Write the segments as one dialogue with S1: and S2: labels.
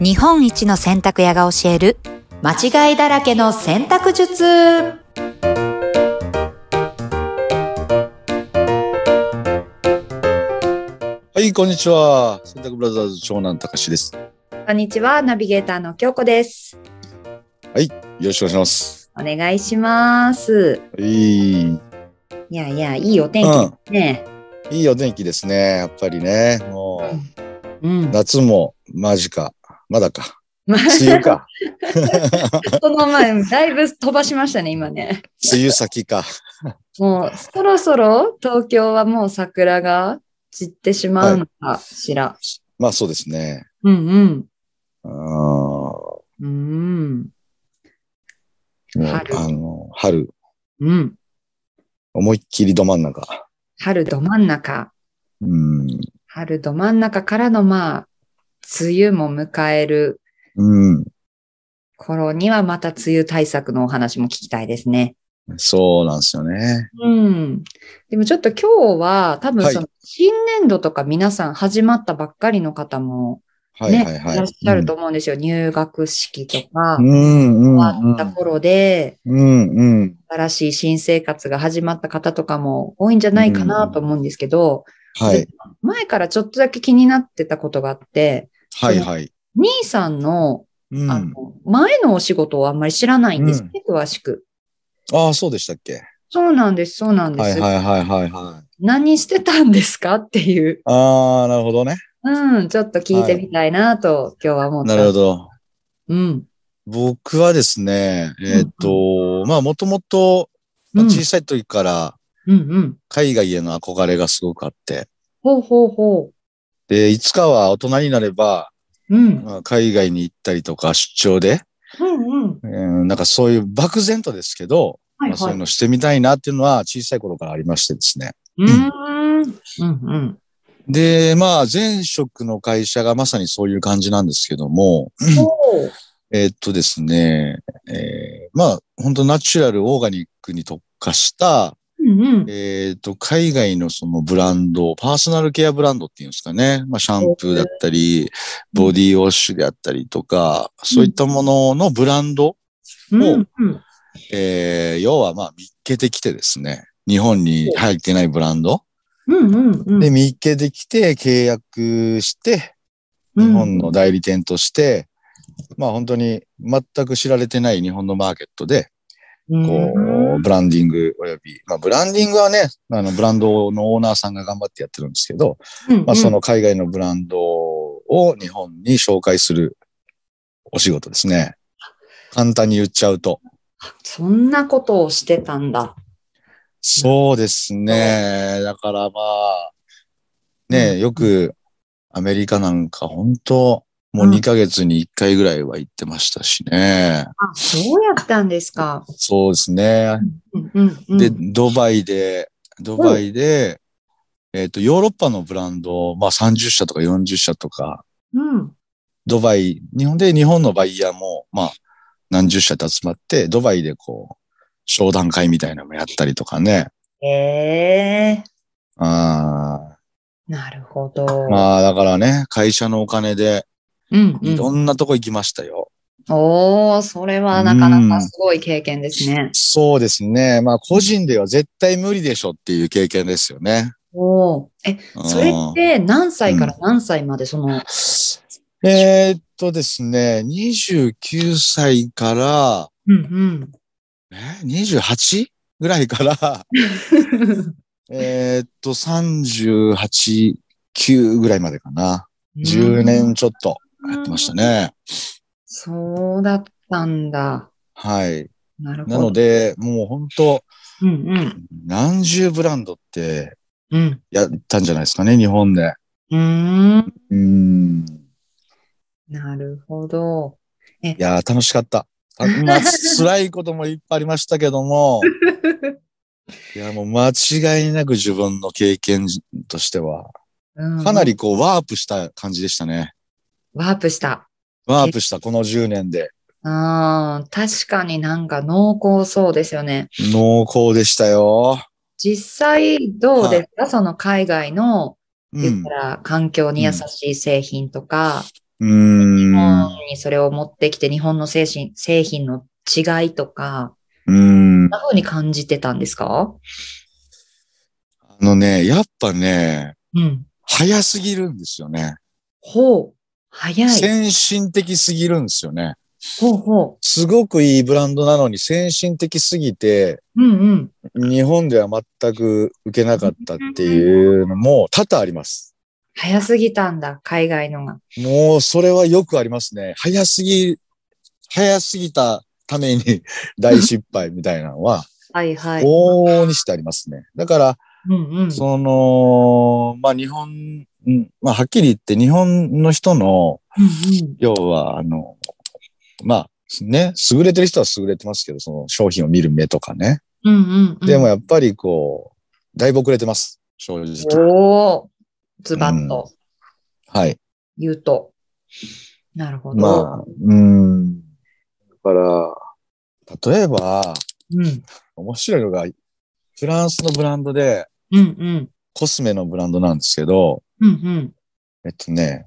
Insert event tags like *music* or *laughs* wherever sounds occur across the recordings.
S1: 日本一の洗濯屋が教える間違いだらけの洗濯術
S2: はい、こんにちは。洗濯ブラザーズ長男たかしです。よ
S1: こんにちはナビゲーターの京子です
S2: ろしくお願いします。
S1: お願いします
S2: いい、うん、
S1: いやいやいいお天気ですね、
S2: いいお天気ですね。やっぱりね、も
S1: うん
S2: う夏も間近、まだか、
S1: まあ、
S2: 梅雨か、
S1: その前、だいぶ飛ばしましたね、今ね。
S2: 梅雨先か。
S1: もう、そろそろ東京はもう桜が散ってしまうのかしら。
S2: まあそうですね。
S1: うんうん。
S2: あーも
S1: うーん。
S2: う
S1: 春
S2: あの春、
S1: うん。
S2: 思いっきりど真ん中。
S1: 春ど真ん中。
S2: うん、
S1: 春ど真ん中からの、まあ、梅雨も迎える
S2: うん、
S1: 頃には、また梅雨対策のお話も聞きたいですね。
S2: そうなんですよね。
S1: うん。でもちょっと今日は、多分
S2: はい
S1: その、新年度とか皆さん始まったばっかりの方も、
S2: はい
S1: ね、
S2: はいはい。
S1: いらっしゃると思うんですよ。入学式とか。
S2: うん、うん、
S1: 終わった
S2: う
S1: 頃で、
S2: ん、うん、うん、
S1: 新しい新生活が始まった方とかも多いんじゃないかなと思うんですけど、
S2: はい、
S1: 前からちょっとだけ気になってたことがあって、
S2: はいはい。
S1: 兄さんの,、
S2: うん、
S1: あ
S2: あ
S1: の前のお仕事をあんまり知らないんですね、詳しく。
S2: あー、そうでしたっけ。
S1: そうなんです、そうなんで
S2: はい
S1: す。
S2: はいはいはいはい。
S1: 何してたんですかっていう、
S2: ああ、なるほどね。
S1: うん、ちょっと聞いてみたいなと、今日は思った。
S2: なるほど。
S1: うん。
S2: 僕はですね、えーっ、と、まあ、もともと、ま
S1: う
S2: あ
S1: ん、
S2: 小さい時から
S1: うんうん。
S2: 海外への憧れがすごくあって、
S1: ほうほうほ
S2: で、いつかは大人になれば、
S1: う。うん。
S2: まあ海外に行ったりとか出張で、
S1: うんうん。
S2: うん、なんかそういう漠然とですけど、
S1: はい
S2: まあ、そう
S1: はい
S2: いう。のしてみたいなっていうのは小さい頃からありましてですね。
S1: うーん。うんうん。
S2: で、まあ、前職の会社がまさにそういう感じなんですけども、
S1: ほう
S2: えーっとですね、えーまあ、本当ナチュラル、オーガニックに特化した、
S1: うんうん。
S2: えーっと、海外のそのブランド、パーソナルケアブランドっていうんですかね。まあ、シャンプーだったり、ボディウォッシュであったりとか、そういったもののブランド、
S1: うんうん。
S2: えー要はまあ、見っけてきてですね、日本に入ってないブランド
S1: うんうんうん。
S2: で見っけてきて契約して、日本の代理店として、まあ本当に全く知られてない日本のマーケットで、こう、ブランディングおよび、まあ、ブランディングはね、あの、ブランドのオーナーさんが頑張ってやってるんですけど、
S1: うん、うん
S2: まあ、そ、の海外のブランドを日本に紹介するお仕事ですね。簡単に言っちゃうと。
S1: そんなことをしてたんだ。
S2: そうですね。だからまあ、ね、よくアメリカなんか本当、もう2ヶ月に1回ぐらいは行ってましたしね。
S1: あ、そうやったんですか。
S2: そうですね。
S1: うんうんうん。
S2: で、ドバイで、ドバイで、えっ、と、ヨーロッパのブランド、まあ30社とか40社とか、
S1: うん。
S2: ドバイ、日本で日本のバイヤーも、まあ何十社と集まって、ドバイでこう、商談会みたいなのもやったりとかね。
S1: ええ
S2: あ
S1: なるほど。
S2: ーまあだからね、会社のお金で
S1: うんう
S2: いろ
S1: ん。
S2: んなとこ行きましたよ。
S1: おー、それはなかなかすごい経験ですね。
S2: そうですね。まあ個人では絶対無理でしょっていう経験ですよね。
S1: おお。え、
S2: うん
S1: それって何歳から何歳までその、
S2: えーっとですね、29歳から、
S1: うん *laughs*
S2: え ?28? ぐらいから、
S1: うん。
S2: えーっと、38、9ぐらいまでかな。10年ちょっとやってましたね。
S1: そうだったんだ。
S2: はい。
S1: なるほど。
S2: なので、もう本当
S1: うんうん。
S2: 何十ブランドって
S1: うん。
S2: やったんじゃないですかね、日本で。
S1: うーん。
S2: うーん。
S1: なるほど。 *laughs*
S2: いやー、楽しかった。あまあ、辛いこともいっぱいありましたけども、いや、もう間違いなく自分の経験としては、かなりこう、ワープした感じでしたね。
S1: ワープした。
S2: ワープした、この10年で。
S1: あー確かになんか濃厚そうですよね。
S2: 濃厚でしたよ。
S1: 実際どうですか、その海外の
S2: う
S1: 言っ
S2: ん
S1: た。ら環境に優しい製品とか、
S2: うー
S1: 日
S2: ん。
S1: 本
S2: う
S1: にそれを持ってきて、日本の製品、製品の違いとか、
S2: ーん。
S1: どんな風に感じてたんですか
S2: あのね、やっぱね、
S1: うん。
S2: 早すぎるんですよね。
S1: ほう。早い。
S2: 先進的すぎるんですよね。
S1: ほうほ
S2: すごくいいブランドなのに先進的すぎて、
S1: う。うんうん。
S2: 日本では全く受けなかったっていうのも多々あります。
S1: 早すぎたんだ、海外のが。
S2: もうそれはよくありますね。早すぎ、早すぎたために大失敗みたいなのは、
S1: はいはい。
S2: 往々にしてありますね。だから、
S1: うんうん。
S2: その、まあ日本、うんまあはっきり言って日本の人の、
S1: うん
S2: 要は、あの、まあ、ね、優れてる人は優れてますけど、その商品を見る目とかね。
S1: うん。うんうんうん。
S2: でもやっぱりこう、だいぶ遅れてます。正直。
S1: おおズバッと
S2: はい。
S1: 言うと。なるほど。
S2: まあ、うん。だから、例えば、
S1: うん。
S2: 面白いのが、フランスのブランドで、
S1: うんうん。
S2: コスメのブランドなんですけど、
S1: うんうん。
S2: えっとね、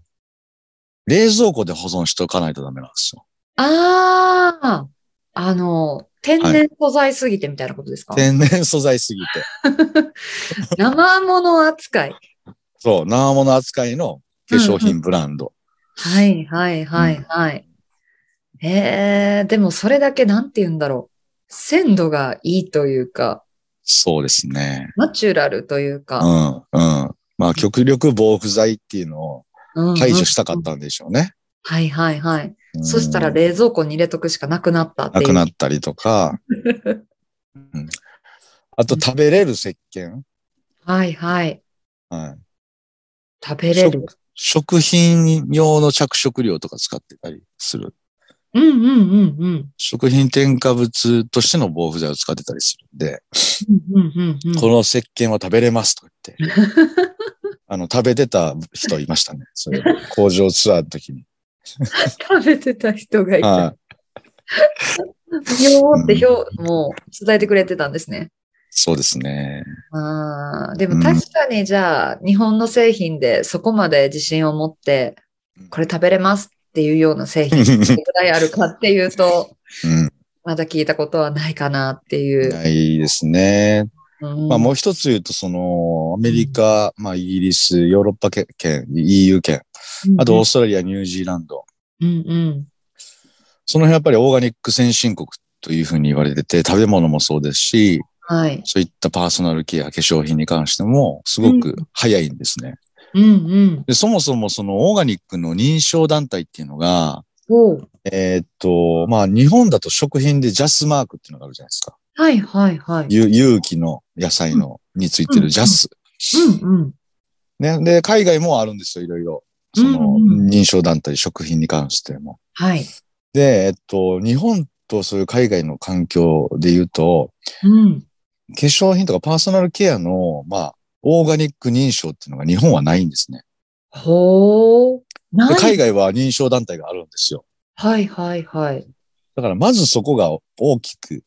S2: 冷蔵庫で保存しておかないとダメなんですよ。
S1: あああの、天然素材すぎてみたいなことですか、
S2: 天然素材すぎて。
S1: 生物扱い。
S2: そう、生物扱いの化粧品ブランド。
S1: はいはいはいはい。えー、でもそれだけなんて言うんだろう。鮮度がいいというか、
S2: そうですね。
S1: ナチュラルという
S2: う
S1: か。
S2: ん、うん。まあ、極力防腐剤っていうのを
S1: うんうん
S2: 排除したかったんでしょうね。
S1: はいはいはい。
S2: うん
S1: そしたら冷蔵庫に入れとくしかなくなったってい
S2: な
S1: う。
S2: くなったりとか、うんあと食べれる石鹸、
S1: *laughs* はいはい。
S2: はい、
S1: 食べれる。
S2: 食品用の着色料とか使ってたりする。
S1: うんうんうんうん。
S2: 食品添加物としての防腐剤を使ってたりするんで、
S1: うんうんうんうん
S2: この石鹸は食べれますと言って。
S1: *laughs*
S2: あの、食べてた人いましたね。それ工場ツアーの時に。
S1: 食べてた人がいた。
S2: はい。
S1: よーって表、もう伝えてくれてたんですね。
S2: そうですね。
S1: あーで
S2: う
S1: も
S2: ん
S1: 確かにじゃあ、日本の製品でそこまで自信を持って、これ食べれますっていうような製
S2: う
S1: 品いくらいあるかっていうと、
S2: ん
S1: まだ聞いたことはないかなっていう。
S2: ないですね。
S1: うん
S2: まあもう一つ言うと、その、アメリカ、まあイギリス、ヨーロッパけ圏、EU 圏、あとオーストラリア、ニュージーランド。
S1: うんうん。
S2: その辺やっぱりオーガニック先進国というふうに言われてて、食べ物もそうですし、
S1: はい。
S2: そういったパーソナルケア、化粧品に関しても、すごく早いんですね。
S1: うんうん。
S2: で、そもそもそのオーガニックの認証団体っていうのが、
S1: おう
S2: えーっと、まあ日本だと食品でジャスマークっていうのがあるじゃないですか。
S1: はいはいはい。
S2: 有有機の野菜の、についてるジャス。
S1: うんうん。
S2: ね。で、海外もあるんですよ、いろいろ。その
S1: うんうん
S2: 認証団体、食品に関しても。
S1: はい。
S2: で、えっと、日本とそういう海外の環境で言うと、
S1: うん。
S2: 化粧品とかパーソナルケアの、まあ、オーガニック認証っていうのが日本はないんですね。
S1: ほう。な
S2: で海
S1: い。
S2: 外は認証団体があるんですよ。
S1: はいはいはい。
S2: だからまずそこが大きく違う。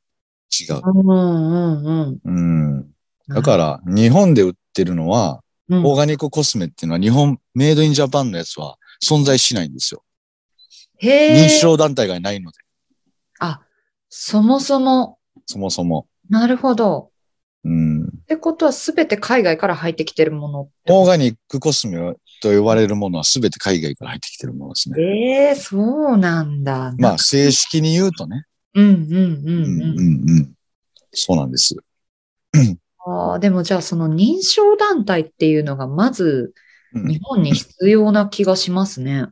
S1: うんうんうん。
S2: うん。だから日本で売ってるのは、
S1: うん、
S2: オーガニックコスメっていうのは日本、メイドインジャパンのやつは存在しないんですよ。
S1: へ
S2: 認
S1: え。
S2: 証団体がないので、
S1: あ、そもそも、
S2: そもそも。
S1: なるほど。
S2: うん。
S1: ってことはすべて海外から入ってきてるものって
S2: オー
S1: こ
S2: ガニックコスメと呼ばれるものは全て海外から入ってきてるものです
S1: と。
S2: ね。
S1: ええそうなんだ。
S2: まあ、正式に言うとね。
S1: うんうん
S2: う
S1: うんんうん。
S2: うんうん。そうなんです。
S1: ああ、でもじゃあその認証団体っていうのがまず
S2: うん
S1: 日本に必要な気がしますね。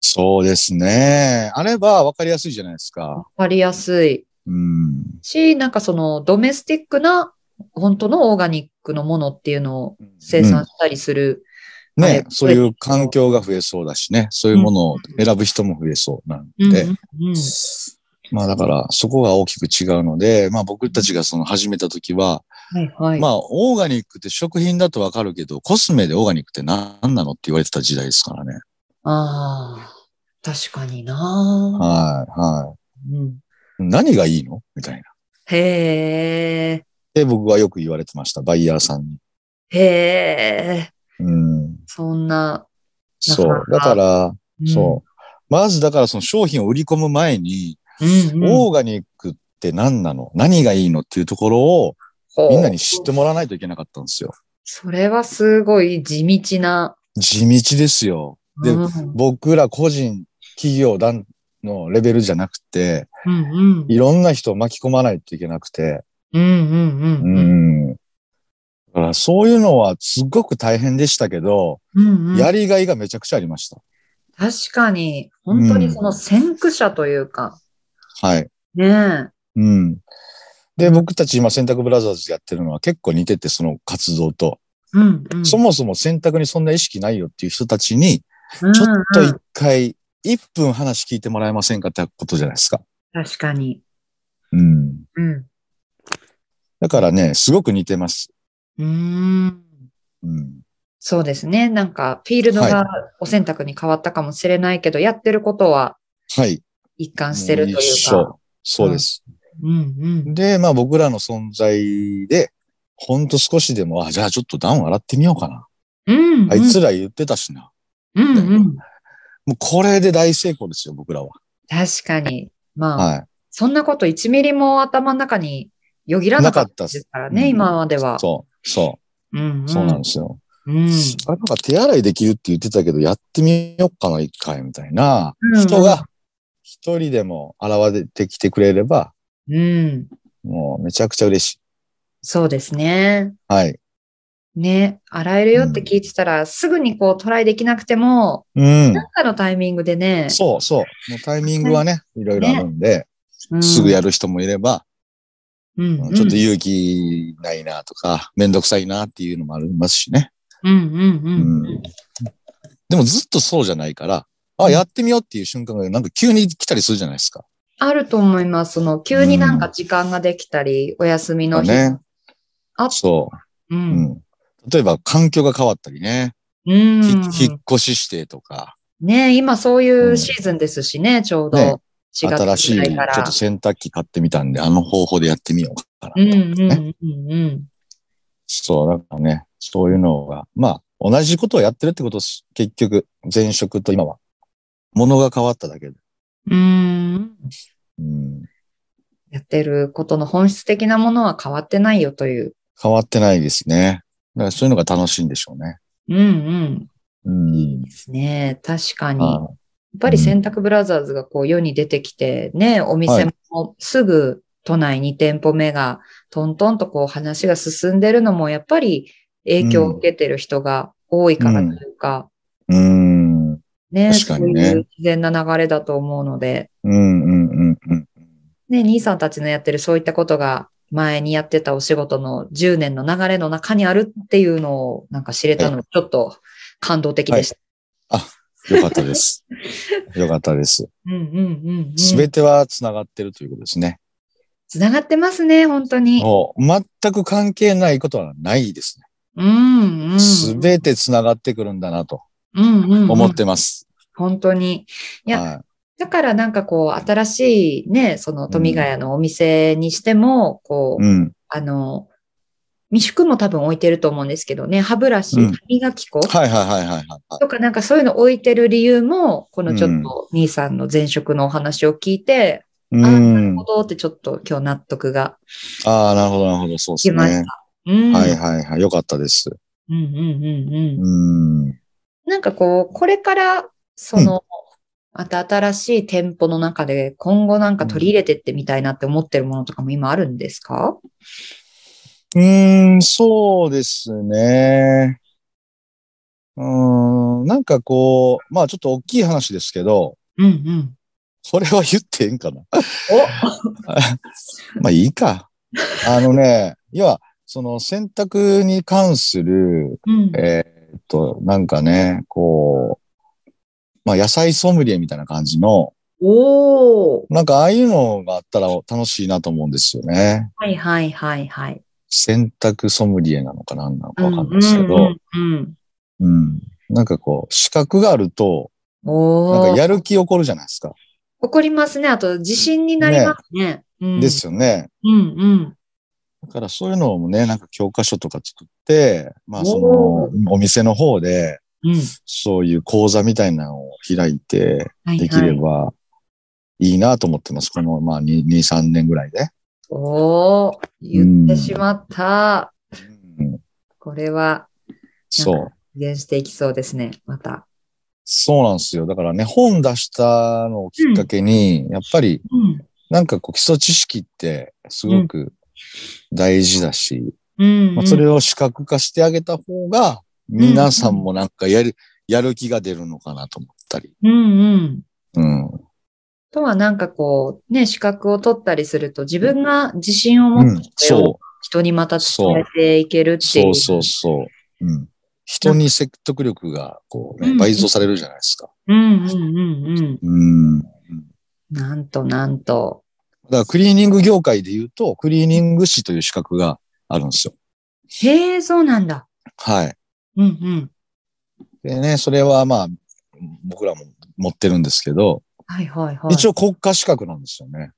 S2: そうですね。あれば分かりやすいじゃないです
S1: わ
S2: か。
S1: かりやすい
S2: うん。
S1: し、なんかそのドメスティックな本当のオーガニックのものっていうのを生
S2: う
S1: 産
S2: ん
S1: したりする。
S2: ね、そういう環境が増えそうだしね。そういうものを選ぶ人も増えそうなん
S1: うん
S2: で。
S1: うんうん
S2: まあだから、そこが大きく違うので、まあ僕たちがその始めた時は、
S1: はいはい。
S2: まあオーガニックって食品だとわかるけど、コスメでオーガニックって何なのって言われてた時代ですからね。
S1: ああ、確かにな。
S2: はい、はい。
S1: うん、
S2: 何がいいのみたいな。
S1: へえ、
S2: で、僕はよく言われてました、バイヤーさんに。
S1: へえ、
S2: うん。
S1: そんな
S2: そう。だから、そう。まずだからその商品を売り込む前に、
S1: うん。うん
S2: オーガニックって何なの何がいいのっていうところを
S1: うん
S2: みんなに知ってもらわないといけなかったんですよ。
S1: それはすごい地道な。
S2: 地道ですよ。で
S1: うん、
S2: 僕ら個人、企業団のレベルじゃなくて、
S1: うんうん。
S2: いろんな人を巻き込まないといけなくて、
S1: うんうんう
S2: うん
S1: うん。
S2: ん。だからそういうのはすっごく大変でしたけど、
S1: うんうん
S2: やりがいがめちゃくちゃありました。
S1: 確かに、本当にその先駆者というか、
S2: はい。
S1: ねえ。
S2: うん。で、僕たち今、洗濯ブラザーズやってるのは結構似てて、その活動と。
S1: うんうん。
S2: そもそも洗濯にそんな意識ないよっていう人たちに、
S1: うんうん
S2: ちょっと一回、一分話聞いてもらえませんかってことじゃないですか。
S1: 確かに。
S2: うん。
S1: うん。
S2: だからね、すごく似てます。
S1: うーん。
S2: うん。
S1: そうですね。なんか、フィールド
S2: は
S1: がお選択に変わったかもしれないけど、やってることは
S2: はい。
S1: 一貫してるというか。
S2: 一緒。そうです。
S1: うんうん。
S2: で、まあ僕らの存在で、ほんと少しでも、あ、じゃあちょっとダウン洗ってみようかな。
S1: うん、うん。
S2: あいつら言ってたしな。
S1: うんうん。
S2: もうこれで大成功ですよ、僕らは。
S1: 確かに。まあ、
S2: はい。
S1: そんなこと1ミリも頭の中によぎらなかったですからね、
S2: なかったです
S1: 今までは。
S2: そう、そ
S1: うんうん
S2: う、そうなんですよ。
S1: うん
S2: あなんか手洗いできるって言ってたけど、やってみよっかな、一回、みたいな
S1: うん。
S2: 人が、一人でも現れてきてくれれば、
S1: うん。
S2: もうめちゃくちゃ嬉しい。
S1: そうですね。
S2: はい。
S1: ね、洗えるよって聞いてたら、すぐにこうトライできなくても、
S2: うん。
S1: なんかのタイミングでね、
S2: そうそう。もうタイミングはね、いろいろあるんで、
S1: うん
S2: すぐやる人もいれば、
S1: うん
S2: ちょっと勇気ないなとか、めんどくさいなっていうのもありますしね。
S1: うんうんう
S2: うんん。でもずっとそうじゃないから、あ、やってみようっていう瞬間がなんか急に来たりするじゃないですか。
S1: あると思います。その、急になんか時間ができたり、お休みの日。
S2: ね
S1: あ。
S2: そうう。うんん。例えば環境が変わったりね。
S1: うん。
S2: ひ引っ越ししてとか、
S1: ね今そういうシーズンですしね、ちょうど。
S2: ね
S1: 4月
S2: 新
S1: ぐ
S2: しい
S1: ら
S2: ち
S1: い
S2: ょ
S1: か
S2: っ
S1: ら。
S2: と洗濯機買ってみたんで、あの方法でやってみようかなと
S1: う
S2: か
S1: ん
S2: ね。
S1: うんうんうん。
S2: そう、だからね、そういうのが、まあ、同じことをやってるってことです。結局、前職と今は。ものが変わっただけで。
S1: うーん。
S2: うん、
S1: やってることの本質的なものは変わってないよという。
S2: 変わってないですね。だからそういうのが楽しいんでしょうね。
S1: うんうん。
S2: う
S1: いい
S2: ん。
S1: ですね。確かに。や
S2: あ
S1: っぱり洗濯ブラザーズがこう世に出てきて、ね、お店もすぐ都内2店舗目がトントンとこう話が進んでるのも、やっぱり影響を受けてる人が多いからというか、
S2: うん。うん、
S1: ね、
S2: 確かにね
S1: そういう自然な流れだと思うので、
S2: うん、うん、うん。
S1: ね、兄さんたちのやってるそういったことが、前にやってたお仕事の10年の流れの中にあるっていうのをなんか知れたの、ちょっと感動的でした。
S2: よかっ
S1: *laughs*
S2: たです。よかったです。
S1: うんうんうんうん。
S2: すべては繋がってるということですね。
S1: つながってますね、本当に。
S2: もう、全く関係ないことはないですね。
S1: うんうん。
S2: すべて繋がってくるんだなと
S1: うんうんうん
S2: 思ってます。
S1: 本当に。いや
S2: は
S1: だからなんかこう、新しいね、その富ヶ谷のお店にしても、こ
S2: い。
S1: う、
S2: うん。
S1: あの、未宿も多分置いてると思うんですけどね、歯ブラシ、
S2: うん
S1: 歯磨き粉
S2: はいはいはいはいはいはい。
S1: とかなんかそういうの置いてる理由も、このちょっと兄さんの前職のお話を聞いて、
S2: う
S1: ああ、なる
S2: ん
S1: ほ。どってちょっと今日納得が
S2: ああ、なるほどなるほど。そうで
S1: し
S2: す
S1: まし
S2: ね。
S1: た。うん。
S2: はいはいはい。よかったです。
S1: うんうんうんうん。
S2: うん。
S1: なんかこう、これから、その、また新しい店舗の中で今後なんか取り入れてってみたいなって思ってるものとかも今あるんですか
S2: うーん、そうですね。うーん、なんかこう、まあちょっと大きい話ですけど、
S1: うんうん。
S2: これは言ってええんかな。 *laughs*
S1: お
S2: まあいいか。あのね、要は、その選択に関する、
S1: うん
S2: えーっと、なんかね、こう、まあ野菜ソムリエみたいな感じの、
S1: おー
S2: なんかああいうのがあったら楽しいなと思うんですよね。
S1: はいはいはいはい。
S2: 洗濯ソムリエなのか何なのかわかんないですけ
S1: うん
S2: ど、
S1: うんうんうん
S2: うん。なんかこう、資格があると、なん
S1: お
S2: か
S1: ー
S2: やる気起こるじゃないですか。
S1: 怒りますね。あと、自信になりますね。うん
S2: ですよね。
S1: うんうん。
S2: だからそういうのもね、なんか教科書とか作って、まあそ
S1: お
S2: の、お店の方で、
S1: ううん。
S2: そういう講座みたいなのを開いて
S1: はい
S2: でき
S1: は
S2: れ
S1: い。
S2: ばいいなと思ってます。この、まあ、2、3年ぐらいで。
S1: おー、言ってしまった。
S2: うん
S1: これは、
S2: そう。
S1: 実現していきそうですね、また。
S2: そうなんですよ。だからね、本出したのをきっかけに、やっぱり
S1: うん。
S2: なんかこう基礎知識ってすごく大事だし、
S1: うん、
S2: まあ、それを視覚化してあげた方が、皆さんもなんかやる、やる気が出るのかなと思ったり。
S1: うんうん。
S2: うん。
S1: あとはなんかこう、ね、資格を取ったりすると、自分が自信を
S2: う
S1: 持っ
S2: ん、
S1: て、
S2: そ
S1: 人にまた伝えていける
S2: う、
S1: ってい。
S2: そううそうそう。うん。人に説得力がこう、
S1: う
S2: ね、
S1: ん
S2: 倍増されるじゃないですか。
S1: うんうんうんうん。
S2: うん。だ
S1: なんとなんと。
S2: からクリーニング業界で言うと、クリーニング師という資格があるんですよ。
S1: へえ、そうなんだ。
S2: はい。
S1: うんうん。
S2: でね、それはまあ、僕らも持ってるんですけど、
S1: はいはいはい。
S2: 一応国家資格なんですよね。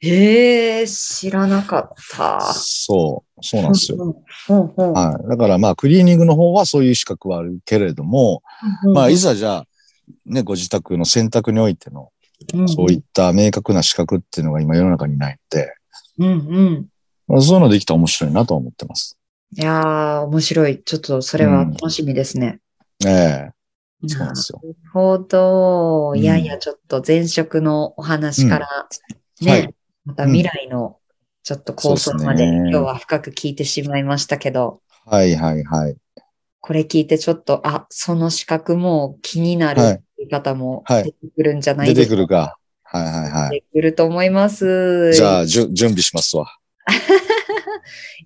S1: へえ、知らなかった。
S2: そう、そうなんですよ。
S1: よ。ほうほう。
S2: はい。だからまあ、クリーニングの方はそういう資格はあるけれども、
S1: うんうん
S2: まあ、いざじゃあ、ね、ご自宅の選択においての、そういっ。た明確な資格っていうのが今世の中にないので、
S1: うんうん。
S2: まあそういうのできたら面白いなとは思ってます。
S1: いやー、面白い。ちょっとそれは楽しみですね。
S2: ええそうなん
S1: な
S2: ですよ。
S1: るほど。
S2: うん
S1: いやいや、ちょっと前職のお話から、
S2: うん
S1: ね、
S2: はい
S1: また未来のちょっと構想まで、
S2: そうですね
S1: 今日は深く聞いてしまいましたけど、
S2: はいはいはい。
S1: これ聞いてちょっと、あ、その資格も気になる
S2: はい
S1: っていう方も
S2: はい
S1: 出てくるんじゃない
S2: 出
S1: で
S2: て
S1: すか。
S2: くるか。はいはいは
S1: 出てくると思います。
S2: い。じゃあ、じゅ準備しますわ。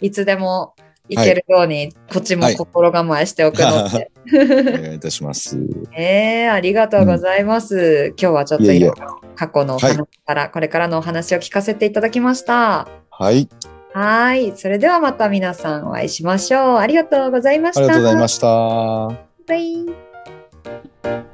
S1: いつでも行けるように、こっちも心構えしておく
S2: *laughs*
S1: ので。
S2: お願いいたします。
S1: ええありがとうございます。今日はちょっと
S2: い
S1: い
S2: えいえ
S1: ろいろ過去のお話から、これからのお話を聞かせていただきました。
S2: はい。
S1: はーい。それではまた皆さんお会いしましょう。ありがとうございました。
S2: ありがとうございました。
S1: バイバイ